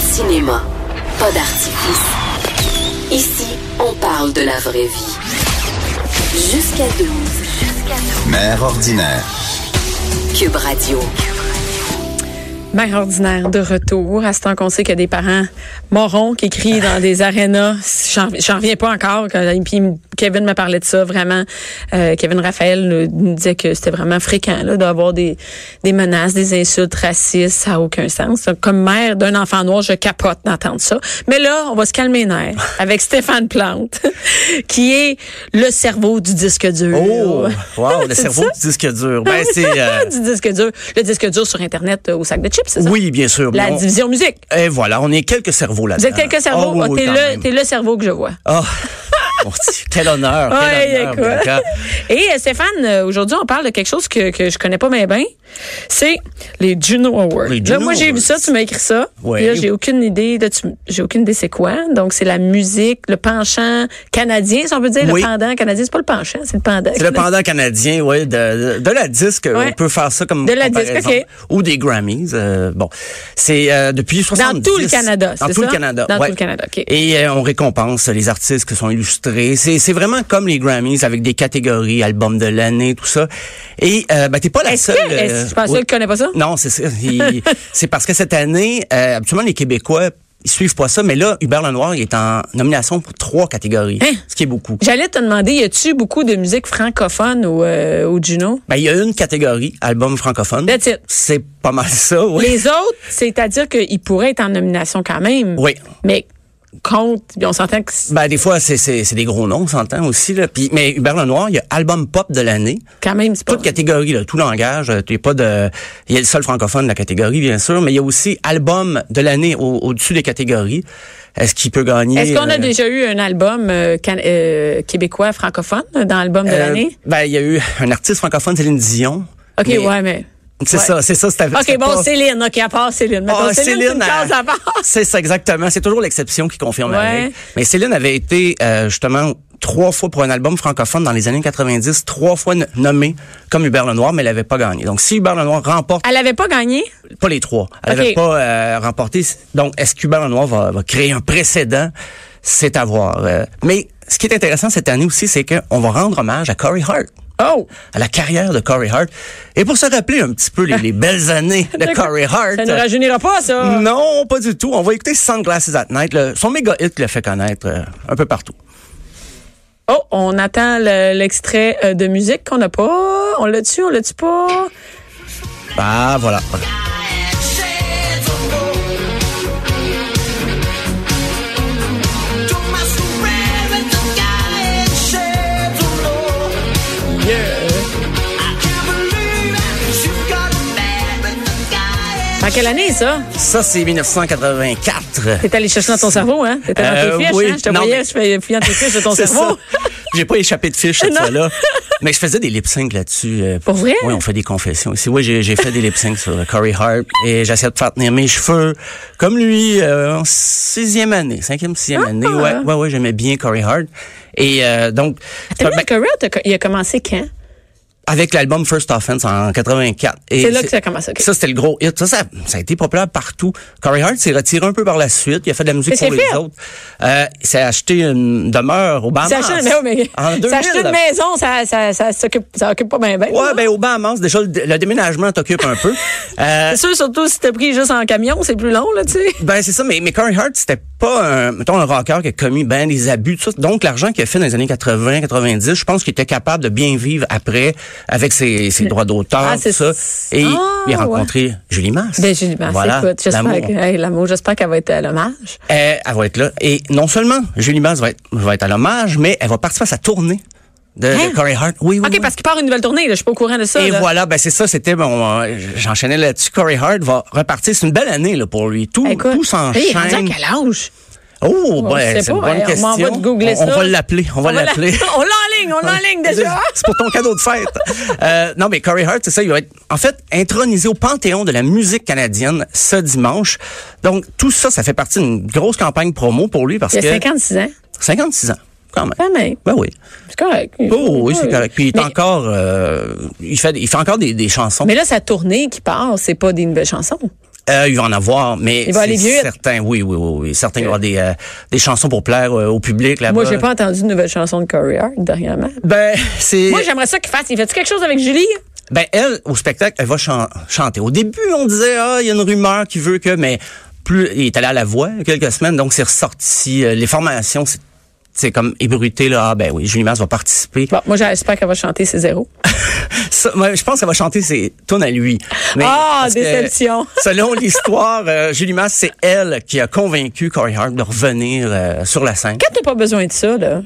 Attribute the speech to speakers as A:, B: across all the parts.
A: cinéma, pas d'artifice. Ici, on parle de la vraie vie. Jusqu'à 12.
B: Mère ordinaire.
A: Cube Radio.
C: Mère ordinaire de retour. À ce temps qu'on sait qu'il y a des parents morons qui crient dans des arénas. J'en j'en reviens pas encore. Quand- et puis Kevin m'a parlé de ça vraiment. Euh, Kevin Raphaël euh, nous disait que c'était vraiment fréquent là, d'avoir des, des menaces, des insultes racistes. Ça n'a aucun sens. Comme mère d'un enfant noir, je capote d'entendre ça. Mais là, on va se calmer les nerfs avec Stéphane Plante, qui est le cerveau du disque dur.
D: Oh, wow, le
C: C'est
D: cerveau
C: ça? Ah
D: du disque dur. Ben, c'est, euh,
C: du disque dur. Le disque dur sur Internet euh, au sac de chips, c'est ça?
D: oui, bien sûr.
C: La
D: mais on-
C: division musique.
D: Et voilà, on est quelques cerveaux
C: Vous
D: là-dedans.
C: êtes quelques cerveaux.
D: Oh, oui,
C: Ah,
D: oui,
C: t'es,
D: quand
C: le,
D: même.
C: t'es le cerveau que je vois.
D: Ah, mon Dieu, quel honneur, quel
C: Ouais,
D: honneur,
C: écoute.
D: Bianca.
C: Et euh, Stéphane, euh, aujourd'hui, on parle de quelque chose que, que je connais pas mais bien. C'est les Juno Awards.
D: Les
C: là,
D: Juno
C: moi, j'ai vu
D: Awards.
C: ça, tu m'as écrit ça.
D: Ouais.
C: Puis Là, j'ai aucune idée de tu- j'ai aucune idée c'est quoi. Donc, c'est la musique, le penchant canadien, si on peut dire,
D: Oui.
C: le pendant canadien. C'est pas le penchant, c'est le pendant.
D: C'est le pendant canadien, oui, de, de la disque.
C: Ouais.
D: On peut faire ça comme
C: De la
D: comparaison.
C: disque, OK.
D: Ou des Grammys. euh, bon, c'est euh, depuis 70.
C: tout le Canada,
D: Dans
C: c'est
D: tout
C: ça?
D: le Canada,
C: Dans tout
D: ouais.
C: le Canada, OK.
D: Et euh, on récompense les artistes qui sont illustrés. C'est c'est vraiment comme les Grammys avec des catégories, albums de l'année, tout ça. Et euh, ben, t'es pas la
C: Est-ce
D: seule.
C: que- est-ce-
D: euh,
C: je pensais
D: oui.
C: que tu connais pas ça?
D: Non, c'est ça. Il- c'est parce que cette année, euh, habituellement, les Québécois, ils suivent pas ça. Mais là, Hubert Lenoir, il est en nomination pour trois catégories.
C: Hein?
D: Ce qui est beaucoup.
C: J'allais te demander, y a-tu beaucoup de musique francophone au, euh, au Juno?
D: Ben, il y a une catégorie, album francophone.
C: That's it.
D: C'est pas mal ça, oui.
C: Les autres, c'est-à-dire qu'ils pourraient être en nomination quand même.
D: Oui.
C: Mais compte, puis on s'entend que c'est
D: Ben, des fois, c'est, c'est, c'est des gros noms, on s'entend aussi, là. Puis, mais Hubert Lenoir, il y a album pop de l'année.
C: quand même, c'est pas.
D: Toute catégorie, là, tout langage. euh, t'es pas de, il y a le seul francophone de la catégorie, bien sûr, mais il y a aussi album de l'année au, au-dessus des catégories. Est-ce qu'il peut gagner?
C: Est-ce qu'on a
D: euh,
C: déjà eu un album euh, can- euh, québécois francophone euh, dans l'album de
D: euh,
C: l'année?
D: ben, il y a eu un artiste francophone, Céline Dion.
C: OK,
D: Mais
C: ouais, mais.
D: C'est
C: ouais.
D: ça, c'est ça, c'était c'était
C: OK, bon,
D: pas-
C: Céline, OK, à part Céline. Mettons,
D: Ah,
C: Céline, c'est une
D: elle-
C: case à part.
D: C'est ça, exactement. C'est toujours l'exception qui confirme
C: Ouais.
D: la règle. Mais Céline avait été, euh, justement, trois fois pour un album francophone dans les années 90, trois fois n- nommée comme Hubert Lenoir, mais elle n'avait pas gagné. Donc, si Hubert Lenoir remporte
C: Elle avait pas gagné?
D: pas les trois, elle
C: Ok.
D: n'avait pas euh, remporté, donc est-ce qu'Hubert Lenoir va, va créer un précédent? C'est à voir. Euh, mais ce qui est intéressant cette année aussi, c'est qu'on va rendre hommage à Corey Hart.
C: Oh!
D: À la carrière de Corey Hart. Et pour se rappeler un petit peu les, les belles années de Corey Hart.
C: Ça ne rajeunira pas, ça.
D: Non, pas du tout. On va écouter Sunglasses at Night, le- son méga hit qui l'a fait connaître euh, un peu partout.
C: Oh, on attend le- l'extrait euh, de musique qu'on n'a pas. On l'a tu on l'a tu pas?
D: Ah, voilà.
C: En quelle année, ça?
D: Ça, c'est 1984.
C: T'es allé chercher dans ton cerveau, hein? T'étais dans
D: Euh,
C: tes fiches,
D: oui.
C: hein? Je te
D: Non,
C: voyais,
D: mais-
C: je fais- fouillant tes fiches de ton
D: C'est
C: cerveau.
D: ça. J'ai pas échappé de fiche cette
C: Non.
D: fois-là. Mais je faisais des lip syncs là-dessus. euh,
C: Pour vrai?
D: Oui, on fait des confessions ici. Oui, j'ai j'ai fait des lip syncs sur euh, Corey Hart et j'essayais de faire tenir mes cheveux comme lui euh, en sixième année, cinquième,
C: Ah!
D: sixième année. Ouais, ouais, ouais, j'aimais bien Corey Hart. Et euh, donc,
C: T'as
D: ben,
C: vu, Corel, t'as co- il a commencé quand?
D: avec l'album First Offense en 84. Et
C: C'est là que ça a commencé, ok.
D: Ça, c'était le gros hit. Ça, ça, ça a été populaire partout. Corey Hart s'est retiré un peu par la suite. Il a fait de la musique
C: Mais
D: pour
C: c'est
D: les
C: fait.
D: autres. Euh, il s'est acheté une demeure au Bahamas.
C: Ça achète, mais, oui, mais,
D: En 2000.
C: ça achète une maison, ça, ça, ça, s'occupe, ça occupe pas bien. bien
D: Ouais, ben au Bahamas, déjà, le, le déménagement t'occupe un peu. Euh,
C: C'est sûr, surtout si t'es pris juste en camion, c'est plus long, là, tu sais.
D: Ben c'est ça, mais, mais Corey Hart, c'était pas un, mettons, un rocker qui a commis ben des abus, tout ça. Donc l'argent qu'il a fait dans les années 80, 90, je pense qu'il était capable de bien vivre après avec ses, ses droits d'auteur,
C: Ah, c'est-
D: tout ça. Et
C: Ah,
D: il a rencontré Julie Masse.
C: Ben, Julie Masse,
D: Voilà,
C: écoute,
D: l'amour.
C: j'espère que, hey, l'amour, j'espère qu'elle va être à l'hommage.
D: Euh, elle va être là. Et non seulement Julie Masse va être, va être à l'hommage, mais elle va participer à sa tournée de, de
C: Hein?
D: Corey Hart. Oui, oui.
C: OK,
D: oui.
C: parce qu'il part une nouvelle tournée, là, je suis pas au courant de ça.
D: Et
C: là.
D: voilà, ben c'est ça, c'était bon. euh, J'enchaînais là-dessus. Corey Hart va repartir. C'est une belle année là, pour lui. Tout,
C: Écoute,
D: tout
C: hey, il est rendu à
D: s'enchaîne.
C: quel âge?
D: Oh,
C: sait
D: ben, c'est une
C: pas.
D: bonne
C: Hey,
D: question.
C: On va googler
D: on,
C: ça.
D: on va l'appeler. On va
C: l'a-
D: l'appeler.
C: on l'enligne, on l'enligne déjà.
D: C'est pour ton cadeau de fête. Euh, non, mais Corey Hart, c'est ça, il va être, en fait, intronisé au Panthéon de la musique canadienne ce dimanche. Donc, tout ça, ça fait partie d'une grosse campagne promo pour lui parce
C: Il a Ah.
D: que...
C: 56 ans.
D: 56 ans, quand même.
C: Quand même.
D: Ben oui.
C: C'est correct.
D: Oh, oui, c'est correct. Puis il est
C: mais,
D: encore... euh, il, fait, il fait encore des, des chansons.
C: mais là, sa tournée qui part, c'est pas des nouvelles chansons.
D: Euh, il va en avoir, mais
C: Il va aller
D: c'est
C: vite.
D: certain, oui, oui, oui, oui, certain, il va y avoir des, euh, des chansons pour plaire euh, au public là-bas.
C: Moi, j'ai pas entendu de nouvelle chanson de Corey Hart dernièrement.
D: Ben, c'est.
C: Moi, j'aimerais ça qu'il fasse. Il fait-tu quelque chose avec Julie?
D: Ben, elle, au spectacle, elle va chan- chanter. Au début, on disait, ah, il y a une rumeur qui veut que, mais plus, il est allé à la voix il y a quelques semaines, donc c'est ressorti. Euh, Les formations, c'est- c'est comme ébruté, là, ah, ben oui, Julie Masse va participer.
C: Bon, moi, j'espère qu'elle va chanter ses zéros.
D: Ça, moi, je pense qu'elle va chanter ses tunes à lui. Mais,
C: Ah,
D: parce que,
C: déception.
D: selon l'histoire, euh, Julie Masse, c'est elle qui a convaincu Corey Hart de revenir euh, sur la scène.
C: Quand t'as pas besoin de ça, là.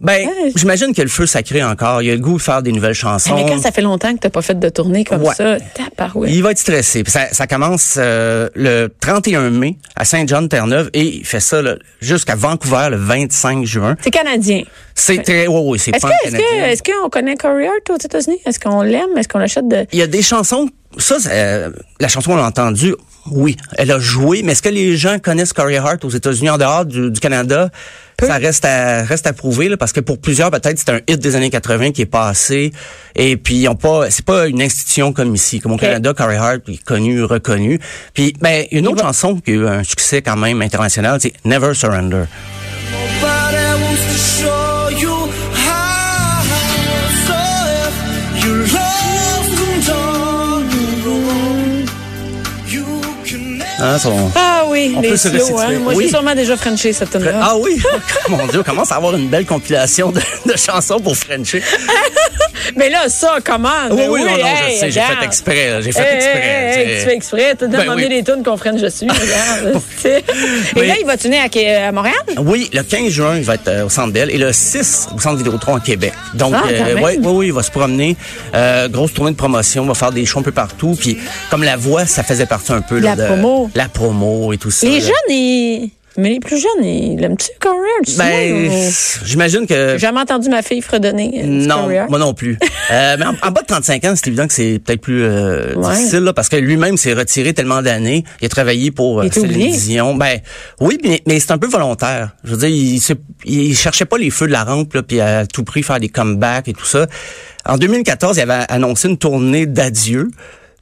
D: Ben,
C: Ouais.
D: j'imagine que le feu sacré encore. Il a le goût de faire des nouvelles chansons.
C: Mais quand ça fait longtemps que t'as pas fait de tournée comme
D: Ah, Ouais.
C: ça, tabarouette.
D: Il va être stressé. Puis Ça, ça commence euh, le 31 mai à Saint-John-Terre-Neuve et il fait ça là, jusqu'à Vancouver le 25 juin.
C: C'est canadien.
D: C'est très... Oui, oui, c'est
C: Est-ce
D: pas
C: que, est-ce que, est-ce qu'on connaît Corey Hart aux États-Unis? Est-ce qu'on l'aime? Est-ce qu'on l'achète de...
D: Il y a des chansons... Ça, c'est, euh, la chanson, on l'a entendue. Oui, elle a joué. Mais est-ce que les gens connaissent Corey Hart aux États-Unis, en dehors du, du Canada? Ça reste à, reste à prouver, là, parce que pour plusieurs, peut-être, c'est un hit des années 80 qui est passé. Et puis, ils ont pas, c'est pas une institution comme ici. Comme au Canada, Corey Hart est connu, reconnu. Puis, ben, une autre chanson qui a eu un succès quand même international, c'est Never Surrender.
E: Nobody wants to show you how. So if your love comes on your own, you can never.
D: Hein, son-
C: Ah oui,
D: On
C: les
D: peut se
C: slow, hein?
D: restituer.
C: Moi,
D: Oui.
C: j'ai sûrement déjà Frenché cette tune là
D: Ah oui, mon Dieu, on commence à avoir une belle compilation de, de chansons pour Frencher.
C: Mais là, ça, comment?
D: Ah
C: Ben
D: Oui, oui, non, non, je
C: hey,
D: sais, j'ai fait
C: regarde.
D: exprès, là, j'ai fait
C: Hey,
D: exprès.
C: hey, hey,
D: c'est-
C: Eh, tu fais exprès, t'as
D: Ben
C: demandé
D: oui.
C: les tunes qu'on freine, je suis, regarde. tu sais. Et
D: Mais-
C: là, il va tourner à, à Montréal?
D: Oui, le 15 juin, il va être euh, au Centre Bell et le 6 au Centre Vidéotron à Québec. Donc, euh,
C: Ah, quand même.
D: oui, oui, il va se promener. Euh, grosse tournée de promotion, va faire des shows un peu partout. Puis, comme la voix, ça faisait partie un peu là,
C: La
D: de
C: promo.
D: la promo et tout ça.
C: Les
D: là.
C: jeunes, ils... Mais les plus jeunes, ils l'aiment-tu, Corey Hart? Tu sais,
D: Ben,
C: moi, ou-
D: j'imagine que
C: J'ai jamais entendu ma fille fredonner. euh, du
D: Non,
C: Corey Hart.
D: moi non plus. Euh, mais en, en bas de 35 ans, c'est évident que c'est peut-être plus euh,
C: Ouais.
D: difficile là, parce que lui-même s'est retiré tellement d'années. Il a travaillé pour
C: Il
D: euh,
C: était oublié.
D: Céline Dion. Ben oui, mais, mais c'est un peu volontaire. Je veux dire, il, se- il cherchait pas les feux de la rampe là, puis à tout prix faire des comebacks et tout ça. En 2014, il avait annoncé une tournée d'adieu,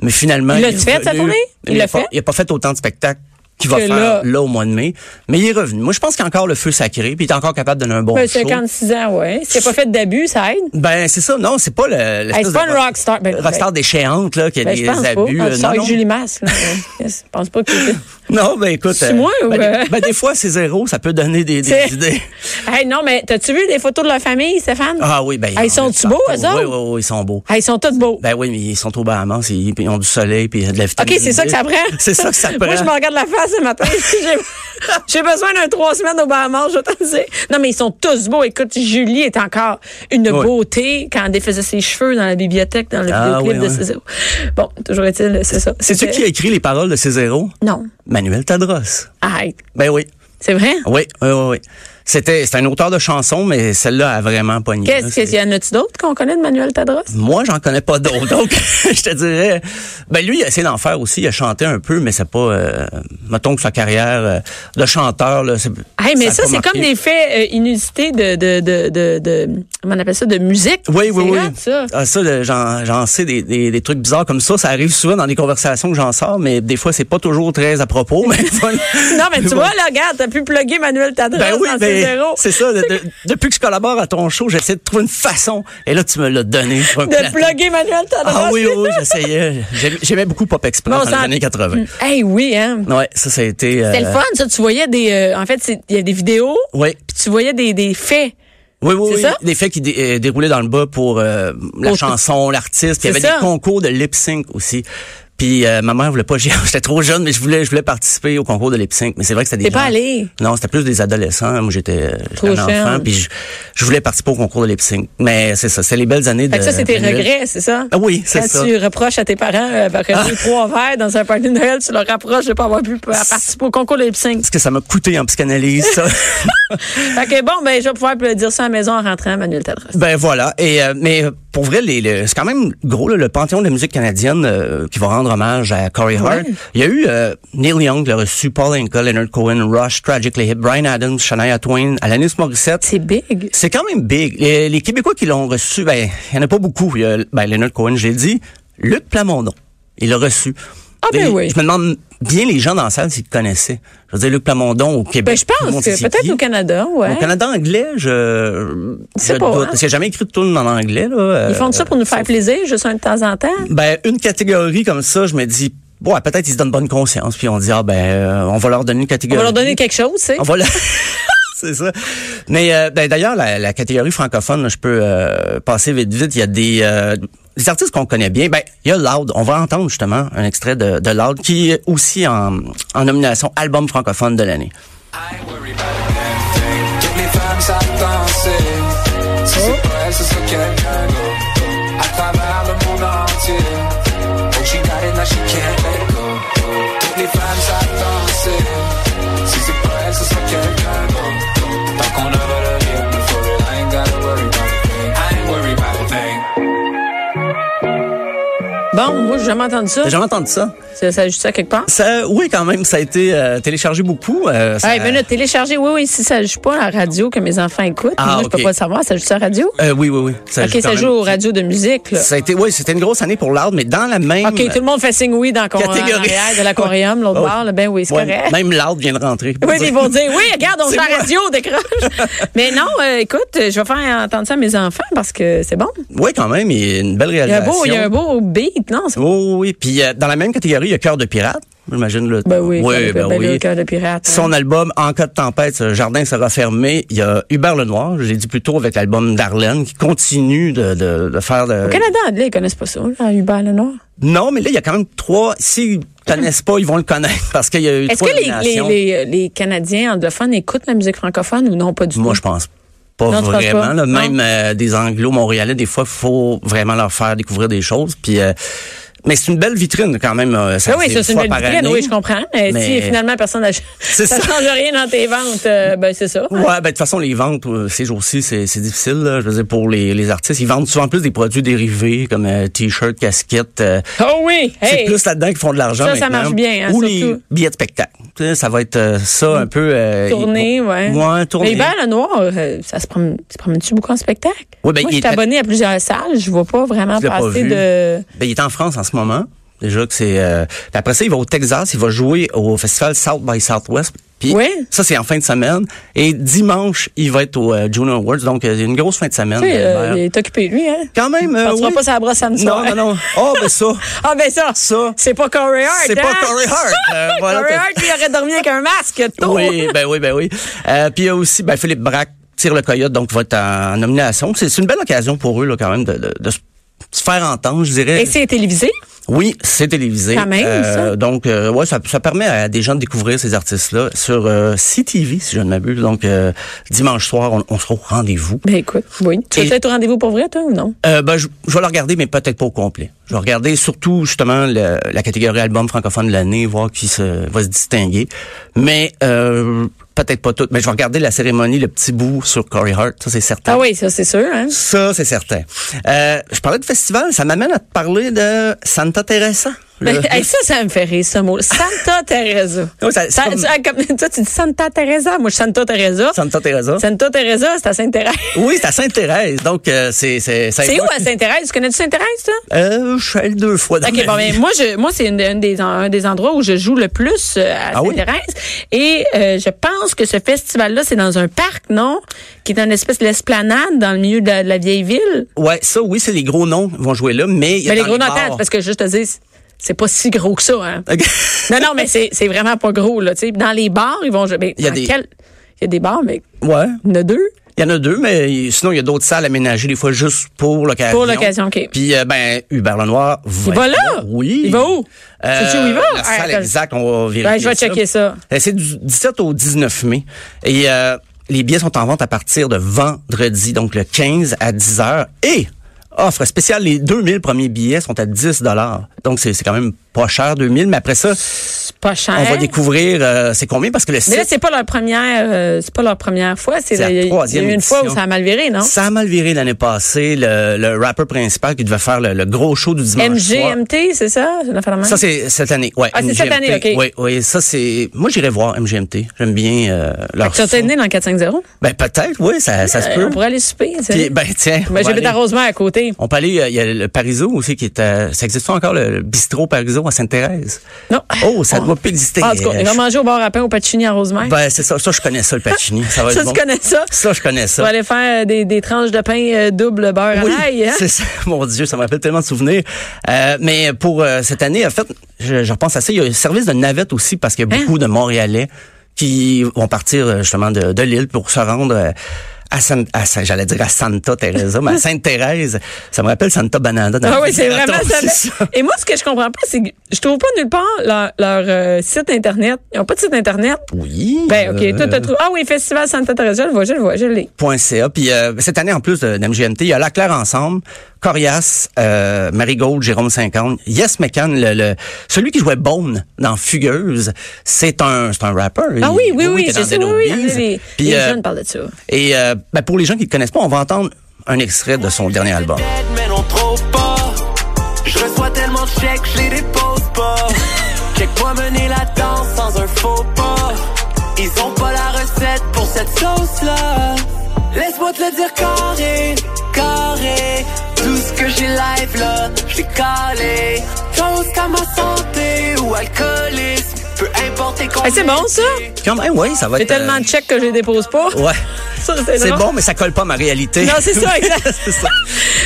D: mais finalement,
C: Il l'a
D: est
C: fait, sa
D: revenu.
C: tournée? Il
D: a
C: l'a
D: pas-
C: fait?
D: Il a pas fait autant de spectacles qu'il va
C: Que
D: faire
C: là.
D: là. au mois de mai, mais il est revenu. Moi, je pense qu'il a encore le feu sacré, puis il est encore capable de donner un bon
C: Ben,
D: show.
C: 56 ans, ouais. S'il n'a pas fait d'abus, ça aide.
D: Ben, c'est ça. Non, c'est pas le. l'espèce
C: Hey, c'est
D: de
C: pas une
D: rock-
C: rockstar. Ben,
D: rockstar déchéante, là, qui a
C: ben,
D: des
C: je pense
D: abus.
C: pas. Ah,
D: euh,
C: tu sors
D: non,
C: avec
D: non.
C: Julie Masse. là. Je pense pas que...
D: Non, ben, écoute.
C: C'est moi ou,
D: ben,
C: euh?
D: des- ben, des fois, c'est zéro. Ça peut donner des, des
C: C'est-
D: idées.
C: hey, non, mais t'as-tu vu les photos de la famille, Stéphane?
D: Ah oui, ben.
C: Ah, ils sont-tu beaux, eux
D: oui,
C: autres?
D: oui, oui, ils sont beaux.
C: Ah, ils sont tous beaux.
D: Ben oui, mais ils sont au Bahamas. Ils, ils ont du soleil puis de la vitamine.
C: OK, c'est ça
D: D.
C: que ça prend.
D: C'est ça que ça prend.
C: Moi, je me regarde la face ce matin. Si j'ai- J'ai besoin d'un trois semaines au Bahamas, je te dire. Non, mais ils sont tous beaux. Écoute, Julie est encore une
D: Oui.
C: beauté quand elle défaisait ses cheveux dans la bibliothèque, dans le
D: Ah,
C: vidéoclip
D: oui,
C: de
D: oui.
C: César. Bon, toujours est-il, c'est ça.
D: C'est-tu qui a écrit les paroles de ces zéros?
C: Non.
D: Manuel Tadros.
C: Arrête.
D: Ben oui.
C: C'est vrai?
D: Oui, oui, oui. oui. C'était, c'était un auteur de chansons, mais celle-là a vraiment pogné. là.
C: Qu'est-ce qu'il y en a-tu d'autres qu'on connaît de Manuel Tadros?
D: Moi, j'en connais pas d'autres. Donc, je te dirais, ben lui, il a essayé d'en faire aussi. Il a chanté un peu, mais c'est pas, euh, mettons que sa carrière euh, de chanteur là. c'est-
C: Hey, mais ça,
D: a pas
C: c'est
D: marqué.
C: comme des faits euh, inusités de, de, de, de, de- comment on appelle ça, de musique.
D: Oui, oui,
C: C'est
D: oui.
C: hot, ça.
D: Ah, ça, là, j'en, j'en sais des, des, des trucs bizarres comme ça. Ça arrive souvent dans des conversations que j'en sors, mais des fois, c'est pas toujours très à propos. Mais
C: Non, mais tu vois, là, regarde, t'as pu plugger Manuel Tadros
D: Ben oui,
C: dans ses
D: ben,
C: zéros.
D: c'est ça. de- de- depuis que je collabore à ton show, j'essaie de trouver une façon. Et là, tu me l'as donné. sur un
C: De
D: plateau.
C: plugger Manuel Tadros.
D: Ah oui, oui, j'essayais. J'aimais- J'aimais beaucoup Pop Express
C: Bon,
D: dans les
C: ça-
D: années 80.
C: Hey, oui, hein.
D: Ouais, ça, ça a été. euh,
C: C'était le fun, ça. Tu voyais des. euh, en fait, c'est- il y a des vidéos,
D: Oui.
C: puis tu voyais des, des faits.
D: Oui, oui,
C: C'est
D: oui.
C: ça?
D: Des faits qui dé- euh, déroulaient dans le bas pour euh, la
C: Oh,
D: chanson, l'artiste. Il y
C: c'est
D: avait
C: ça.
D: des concours de lip sync aussi. Puis euh, ma mère voulait pas. j'y- J'étais trop jeune, mais je voulais, je voulais participer au concours de lip sync. Mais c'est vrai que c'était des.
C: T'es pas
D: gens-
C: allé?
D: Non, c'était plus des adolescents. Moi, j'étais euh, j'étais
C: Trop
D: un enfant.
C: jeune.
D: Puis je, je voulais participer au concours de lip sync. Mais c'est ça, c'est les belles années
C: Fait
D: de.
C: que ça, c'est tes
D: de-
C: regrets, c'est ça?
D: Euh, Ah oui, c'est
C: Quand
D: ça. Ah.
C: tu reproches à tes parents euh, avoir pris trois verres dans un party de Noël, tu leur rapproches de pas avoir pu participer au concours de lip sync.
D: Est-ce que ça m'a coûté en psychanalyse ça?
C: Fait que bon, ben, je vais pouvoir le dire ça à la maison en rentrant, Manuel Tadros.
D: Ben voilà. Et euh, mais euh, pour vrai, les, les- c'est quand même gros là, le panthéon de la musique canadienne euh, qui va rendre hommage à Corey Hart. Il y a eu euh, Neil Young, l'a reçu Paul Anka, Leonard Cohen, Rush, Tragically Hip, Brian Adams, Shania Twain, Alanis Morissette.
C: C'est big.
D: C'est quand même big. Les, les Québécois qui l'ont reçu, ben il y en a pas beaucoup. Il y a, ben Leonard Cohen, j'ai dit, Luc Plamondon, il l'a reçu.
C: Ah, ben
D: Et
C: oui.
D: Je me demande bien les gens dans la salle s'ils le connaissaient. Je veux dire, Luc Plamondon au Québec.
C: Ben, je
D: tout le
C: pense
D: monde
C: que
D: sait c'est
C: peut-être
D: qui.
C: au Canada, ouais.
D: Au Canada anglais, je,
C: C'est
D: je
C: pas, hein?
D: doute. Parce que j'ai jamais écrit de tourne en anglais, là. euh,
C: Ils font ça pour nous faire plaisir, juste un de temps en temps.
D: Ben, une catégorie comme ça, je me dis, ouais, peut-être ils se donnent bonne conscience, puis on dit, ah, ben, euh, on va leur donner une
C: On
D: catégorie.
C: va leur donner quelque chose, tu sais.
D: On va leur- C'est ça. Mais euh, ben, d'ailleurs, la, la catégorie francophone, là, je peux euh, passer vite vite. Il y a des, euh, des artistes qu'on connaît bien. Ben, il y a Loud. On va entendre justement un extrait de, de Loud qui est aussi en, en nomination album francophone de l'année.
F: I worry about everything. Get me femmes à penser. Si c'est pas elle, ce sera quelqu'un d'autre. À travers le monde entier. Oh, she got it, now she can't let go. Get me femmes à penser. Si c'est pas elle, ce sera quelqu'un d'autre. Tant qu'on aura le rythme for it, I ain't gotta worry about a thing. I ain't worry about a thing.
C: Bon, moi, j'ai jamais entendu ça.
D: T'as jamais entendu ça?
C: Ça, ça ajoute ça quelque part?
D: ça oui, quand même, ça a été euh, téléchargé beaucoup. euh, ça-
C: Ah, ben là, télécharger, oui, oui, si ça joue pas à la radio que mes enfants écoutent,
D: Ah,
C: moi, je peux
D: ok.
C: pas le savoir, ça joue ça à la radio?
D: Euh, oui, oui, oui. Ça
C: OK, ça
D: quand
C: joue
D: même.
C: aux radios de musique, là.
D: Ça a été, oui, c'était une grosse année pour Loud, mais dans la même.
C: OK, tout le monde fait signe oui dans qu'on- en
D: catégorie.
C: arrière de l'aquarium, l'autre
D: Ouais.
C: bord, là, ben oui, c'est
D: Ouais,
C: correct.
D: Même Loud vient de rentrer.
C: Oui, mais ils vont dire, oui, regarde, on
D: C'est
C: fait la
D: moi.
C: radio, on décroche. mais non, euh, écoute, je vais faire entendre ça à mes enfants parce que c'est bon.
D: Oui, quand même, il y a une belle
C: Il y a un
D: réalisation.
C: beau, il y a un beau beat, non? c'est-
D: Oui, oui, oui. Puis euh, dans la même catégorie, il y a Cœur de pirate. J'imagine le.
C: Ben oui,
D: oui, ben oui.
C: le cœur de pirate.
D: Son album En cas de tempête, ce jardin sera fermé. Il y a Hubert Lenoir, je l'ai dit plus tôt avec l'album Darlene, qui continue de, de, de faire. De...
C: Au Canada, là, ils connaissent pas ça, là, Hubert Lenoir.
D: Non, mais là, il y a quand même trois. S'ils connaissent pas, ils vont le connaître parce qu'il y a eu
C: Est-ce
D: trois
C: que les, les,
D: nominations.
C: les, les Canadiens anglophones écoutent la musique francophone ou non pas du tout?
D: Moi, je pense pas
C: Non, tu penses
D: vraiment.
C: pas?
D: là.
C: Non.
D: Même euh, des Anglo-Montréalais, des fois, faut vraiment leur faire découvrir des choses. Puis, euh, mais c'est une belle vitrine quand même. euh, ça,
C: Ah oui,
D: c'est
C: ça,
D: une
C: c'est une
D: fois
C: belle
D: par
C: vitrine,
D: année.
C: oui, je comprends. Mais, si
D: Mais-
C: finalement personne n'achète, ça,
D: C'est ça.
C: change rien dans tes ventes, euh, ben c'est ça.
D: Ouais, ben de toute façon les ventes euh, ces jours-ci c'est c'est difficile là. je veux dire pour les, les artistes, ils vendent souvent plus des produits dérivés comme euh, t-shirts, casquettes, euh,
C: Oh oui,
D: c'est
C: hey!
D: plus là-dedans qu'ils font de l'argent
C: Ça, ça
D: maintenant.
C: marche bien, hein,
D: Ou les
C: surtout.
D: billets de spectacle. Tu sais, ça va être euh, ça un peu euh,
C: Tourné,
D: ils-
C: ouais.
D: Ouais, tourné.
C: Mais Hubert Lenoir, euh, ça se promène, se promène-tu beaucoup en spectacle?
D: Ouais, ben,
C: Moi,
D: il
C: je suis
D: est-
C: abonné à plusieurs salles, je vois pas vraiment
D: Tu l'as pas
C: passer
D: vu.
C: de...
D: Ben, il est en France en ce moment. Déjà que c'est. euh, puis après ça, il va au Texas, il va jouer au festival South by Southwest. Puis
C: Ouais.
D: ça, c'est en fin de semaine. Et dimanche, il va être au euh, Juno Awards. Donc, euh, une grosse fin de semaine.
C: Tu sais, euh,
D: Hubert.
C: il est occupé, lui, hein?
D: Quand même.
C: Tu
D: euh,
C: ne
D: oui.
C: pas sa brosse samedi
D: Non,
C: soir.
D: non, non. Oh, ben ça.
C: Ah ben ça,
D: Ça.
C: c'est pas Corey Hart,
D: C'est pas
C: hein?
D: Corey Hart. Euh, voilà,
C: Corey
D: t'as-
C: Hart, lui, aurait dormi avec un masque, tôt.
D: Oui, ben oui, ben oui. Euh, puis il y a aussi ben, Philippe Braque, Tire le Coyote, donc va être en nomination. C'est c'est une belle occasion pour eux, là, quand même, de, de- de se se faire entendre, je dirais.
C: Et c'est télévisé?
D: Oui, c'est télévisé.
C: Quand même,
D: Euh,
C: ça.
D: Donc, euh, ouais, ça, ça permet à des gens de découvrir ces artistes-là sur euh, CTV, si je ne m'abuse. Donc, euh, dimanche soir, on, on sera au rendez-vous.
C: Ben écoute, oui. Tu vas
D: Et-
C: peut-être au rendez-vous pour vrai, toi, ou non?
D: Euh, ben, je, je vais le regarder, mais peut-être pas au complet. Je vais regarder surtout, justement, le- la catégorie album francophone de l'année, voir qui se, va se distinguer. Mais euh, peut-être pas tout. Mais je vais regarder la cérémonie, le petit bout sur Corey Hart. Ça, c'est certain.
C: Ah oui, ça, c'est sûr, hein?
D: Ça, c'est certain. Euh, je parlais de festival. Ça m'amène à te parler de Santa Teresa.
C: Ben,
D: Le-
C: hey, ça, ça me fait rire, ce mot. Santa Teresa.
D: Ouais, ça-
C: Ça-
D: c'est comme-
C: ça- comme- toi, tu dis Santa Teresa. Moi, je suis Santa Teresa.
D: Santa Teresa.
C: Santa Teresa, c'est à Sainte-Thérèse.
D: Oui, c'est à Sainte-Thérèse. Donc, euh, c'est. C'est ça
C: C'est où hein?
D: évoque-
C: à Sainte-Thérèse? Tu connais-tu Sainte-Thérèse, toi?
D: Euh, je suis allé deux fois dans
C: OK,
D: ma
C: bon,
D: vie.
C: ben, moi, je, moi c'est une- une des- un des endroits où je joue le plus euh, à
D: Ah oui?
C: Sainte-Thérèse. Et euh, je pense que ce festival-là, c'est dans un parc, non? Qui est une espèce d'esplanade dans le milieu de la, de la vieille ville.
D: Ouais, ça, oui, c'est les gros noms qui vont jouer là, mais. il y a
C: Mais Ben, les
D: dans
C: gros
D: bars.
C: notables, parce que juste te dis, c'est pas si gros que ça, hein?
D: OK.
C: Non, non, mais c'est c'est vraiment pas gros, là. tu sais. Dans les bars, ils vont. Il
D: Il y a des-
C: Il y a des bars, mais
D: Ouais.
C: il y en a deux.
D: Il y en a deux, mais il- sinon, il y a d'autres salles aménagées, des fois, juste pour l'occasion.
C: Pour l'occasion, OK.
D: Puis, euh, ben, Hubert Lenoir va.
C: Il va
D: être
C: là?
D: Oui.
C: Il va où?
D: Euh,
C: C'est-tu où il va?
D: La
C: Ah,
D: salle
C: attends.
D: exacte, on va vérifier.
C: Ben, je vais checker ça.
D: Euh, C'est du 17 au 19 mai. Et euh, les billets sont en vente à partir de vendredi, donc le 15 à 10 heures. Et offre spéciale, les 2000 premiers billets sont à 10 dollars. Donc, c'est c'est quand même pas cher, 2000. Mais après ça,
C: C'est pas cher.
D: on va découvrir euh, c'est combien parce que le
C: Hein? Mais là,
D: site,
C: c'est pas leur première, euh, c'est pas leur première fois. C'est
D: C'est la
C: il y a-
D: troisième
C: Il y a eu une
D: édition.
C: fois où ça a mal viré, non?
D: ça a mal viré l'année passée. Le, le rappeur principal qui devait faire le, le gros show du dimanche soir.
C: MGMT, c'est ça? C'est une affaire de même?
D: Ça, c'est cette année. Ouais,
C: Ah, c'est cette
D: MGMT.
C: année, OK.
D: Oui, oui, ça, c'est... Moi, j'irai voir MGMT. J'aime bien euh, leur
C: Tu as
D: son.
C: été né dans le 450?
D: Ben, peut-être, oui, ça, ça se
C: Euh,
D: peut.
C: on pourrait aller souper. tu sais.
D: Puis, ben, tiens. on va
C: Ben, J'habite
D: aller.
C: à Rosemont à côté. oui.
D: On peut aller, euh, il y a- il y a le Pariso aussi qui est à, ça existe encore le, le bistrot Pariso à Sainte-Thérèse?
C: Non.
D: Oh, ça
C: On-
D: doit pas exister.
C: En tout cas, on va manger au bar à pain au Pacini à Rosemère.
D: Ben, c'est ça, ça, je connais ça, le pachini. Ça va
C: ça,
D: être bon.
C: tu connais ça?
D: Ça, je connais
C: Tu
D: ça.
C: vas aller faire des, des tranches de pain euh, double beurre
D: Oui,
C: à l'ail. hein?
D: c'est ça. Mon Dieu, ça me rappelle tellement de souvenirs. Euh, mais pour euh, cette année, en fait, je, je repense à ça. Il y a un service de navette aussi parce qu'il y a
C: Hein?
D: beaucoup de Montréalais qui vont partir euh, justement de, de l'île pour se rendre euh, à, San- à San- j'allais dire à Santa Teresa, mais à Sainte-Thérèse. Ça me rappelle Santa Banana. dans
C: Ah
D: le
C: oui, c'est
D: Marathon,
C: vraiment
D: c'est
C: ça.
D: ça.
C: Et moi, ce que je comprends pas, c'est que je trouve pas nulle part leur, leur, euh, site Internet. Ils ont pas de site Internet.
D: Oui.
C: Ben, OK. Toi, t'as
D: euh,
C: trouvé. Ah oui, Festival Santa Teresa, je le vois, je le vois, je l'ai.
D: .ca. Puis euh, cette année, en plus de, d'MGMT, il y a La Claire Ensemble, Corias, euh, Marigold, Jérôme 50, Yes McCann, le, le- celui qui jouait Bone dans Fugueuse, c'est un, c'est un rapper.
C: Ah oui, oui, oui,
D: qui est
C: je
D: dans
C: sais,
D: Dead
C: oui, oui.
D: Obies.
C: Les,
D: Puis,
C: les
D: euh,
C: jeunes parlent de ça.
D: Et euh, ben, pour les gens qui ne connaissent pas, on va entendre un extrait de son dernier album.
E: Mais non, trop pas. Je reçois tellement de chèques, je les dépose pas. Check-moi mener la danse sans un faux pas. Ils ont pas la recette pour cette sauce-là. Laisse-moi te le dire carré, carré. Tout ce que j'ai live là, j'ai calé. Chose qu'à ma santé ou alcoolisme, peu importe tes
C: Eh, c'est bon, ça?
D: Comme, eh oui, ça va
C: J'ai
D: être...
C: tellement
D: euh,
C: de chèques que je les dépose pas.
D: Ouais.
C: Ça,
D: C'est
C: drôle.
D: bon, mais ça colle pas à ma réalité.
C: Non, c'est ça, exact.
D: c'est ça.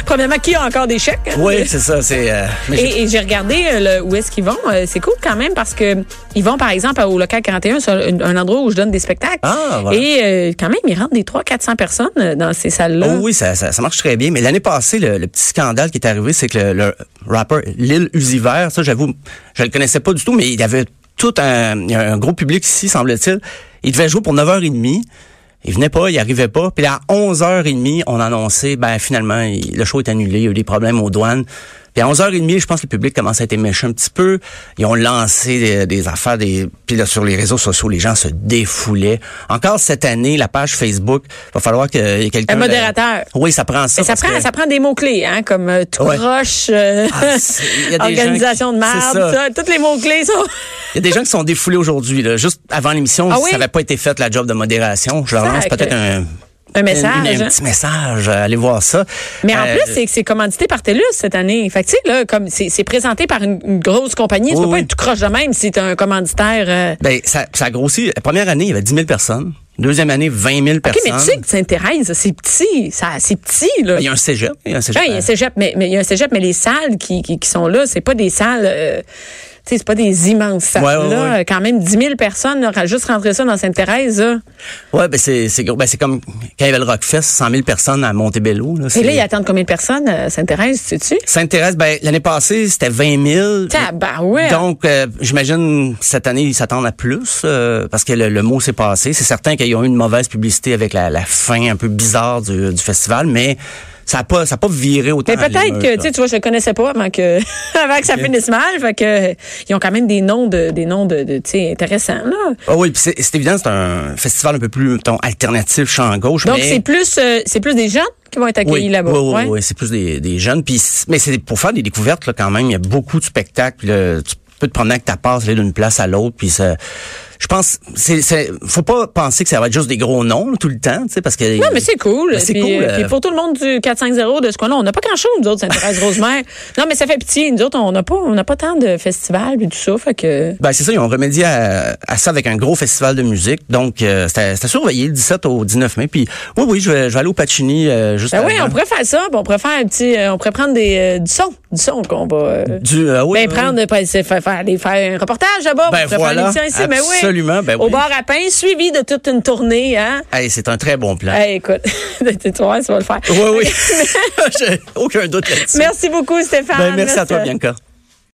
C: Premièrement, qui a encore des chèques? hein?
D: Oui, c'est ça. C'est, euh, mais j'ai-
C: Et, et j'ai regardé euh, le- où est-ce qu'ils vont. Euh, C'est cool quand même parce que ils vont, par exemple, au local 41, c'est un, un endroit où je donne des spectacles.
D: Ah, voilà.
C: Et euh, quand même, ils rentrent des 300-400 personnes euh, dans ces salles-là.
D: Oh oui, ça, ça, ça marche très bien. Mais l'année passée, le, le petit scandale qui est arrivé, c'est que le, le rapper Lil Uzi Vert, ça, j'avoue, je le connaissais pas du tout, mais il avait tout un, il y a un gros public ici, semble-t-il. Il devait jouer pour 9h30. Il venait pas, il arrivait pas. Puis à 11h30, on a annoncé, ben finalement, il- le show est annulé, il y a eu des problèmes aux douanes. Puis à 11h30, je pense que le public commence à être méchant un petit peu. Ils ont lancé des, des affaires, des, puis là, sur les réseaux sociaux, les gens se défoulaient. Encore cette année, la page Facebook, va falloir qu'il y ait quelqu'un...
C: Un modérateur.
D: Euh, Oui, ça prend ça.
C: Mais ça,
D: parce
C: prend,
D: que-
C: ça prend des mots-clés, hein, comme euh, tout
D: Ouais.
C: roche, euh,
D: Ah, c'est- il y a des
C: organisation
D: gens qui-
C: de merde,
D: c'est ça.
C: ça. Tous les mots-clés sont.
D: Il y a des gens qui sont défoulés aujourd'hui. là. Juste avant l'émission,
C: Ah
D: si
C: oui?
D: ça n'avait pas été fait, la job de modération. Je leur lance
C: Sac.
D: peut-être un...
C: Un message,
D: une- une-
C: hein?
D: un petit message. euh, Allez voir ça.
C: Mais en
D: Euh,
C: plus, c'est que c'est commandité par TELUS cette année. Fait que, tu sais, là, comme c'est c'est présenté par une, une grosse compagnie, tu
D: Oui,
C: peux pas
D: oui.
C: être tout croche de même si t'es un commanditaire. euh.
D: Ben, ça, ça a grossi. La première année, il y avait 10 000 personnes. Deuxième année, 20 000
C: OK,
D: personnes. Ben,
C: mais tu sais que Sainte-Thérèse, c'est petit. ça- C'est petit, là.
D: Il y a un cégep. Il y a un cégep. euh,
C: Ouais, il y a un cégep, mais, mais il y a un cégep, mais les salles qui, qui, qui sont là, c'est pas des salles, euh, tu sais, c'est pas des immenses salles.
D: Ouais, ouais,
C: là.
D: ouais.
C: Quand même, 10 000 personnes, là, juste rentrer ça dans Sainte-Thérèse. là.
D: Ouais, ben, c'est, c'est gros. Ben, c'est comme quand il y avait le Rockfest, 100 000 personnes à Montebello. Là,
C: Et
D: c'est-
C: là, ils attendent combien de personnes, euh, Sainte-Thérèse, sais-tu?
D: Sainte-Thérèse, ben, l'année passée, c'était 20 000.
C: Tabarouette!
D: Donc, euh, j'imagine cette année, ils s'attendent à plus euh, parce que le, le mot s'est passé. C'est certain qu'ils ont eu une mauvaise publicité avec la, la fin un peu bizarre du, du festival, mais ça n'a pas, ça a pas viré autant.
C: Mais peut-être
D: l'émeute,
C: que,
D: là.
C: tu sais, tu vois, je le connaissais pas avant que, avant que ça finisse mal. Fait que, euh, ils ont quand même des noms de, des noms de, de, tu sais, intéressants, là.
D: Ah oui, puis c'est c'est évident, c'est un festival un peu plus mettons, alternatif, champ gauche.
C: Donc,
D: mais-
C: c'est plus, euh, c'est plus des jeunes qui vont être accueillis
D: oui,
C: là-bas.
D: Oui, oui,
C: ouais.
D: oui, c'est plus des, des jeunes. Puis, c- mais c'est pour faire des découvertes là, quand même. Il y a beaucoup de spectacles. puis là, tu peux te prendre avec ta passe aller d'une place à l'autre. Puis ça, je pense, c'est, c'est, faut pas penser que ça va être juste des gros noms là, tout le temps, tu sais, parce que
C: Non, mais c'est cool.
D: Mais c'est
C: Puis,
D: cool.
C: euh,
D: euh,
C: puis pour tout le monde du 4-5-0 de ce coin-là, on n'a pas grand-chose, nous autres, Sainte-Thérèse Rosemère. Non, mais ça fait pitié. Nous autres, on n'a pas, on n'a pas tant de festivals et tout ça. Fait que.
D: Ben, c'est ça, ils ont remédié à, à ça avec un gros festival de musique. Donc, euh, c'était c'était surveillé le 17 au 19 mai. Puis, oui, oui, je vais, je vais aller au Pacini euh, juste
C: Ben oui,
D: avant.
C: on pourrait faire ça, puis on pourrait faire un petit, euh, on pourrait prendre des, euh, du son, du son qu'on va, euh,
D: Du, euh, oui,
C: ben
D: oui,
C: prendre, pas- c'est faire, faire, aller faire un reportage là-bas,
D: Ben
C: on pourrait
D: voilà,
C: faire une émission ici, ben oui.
D: absolument, ben
C: Au
D: oui.
C: bar à pain, suivi de toute une tournée, hein.
D: Hey, c'est un très bon plan.
C: Hey, écoute, tu vois, ça va le faire.
D: Oui, oui. J'ai aucun doute là-dessus.
C: Merci beaucoup, Stéphane.
D: Ben, merci à toi,
C: Merci.
D: Bianca.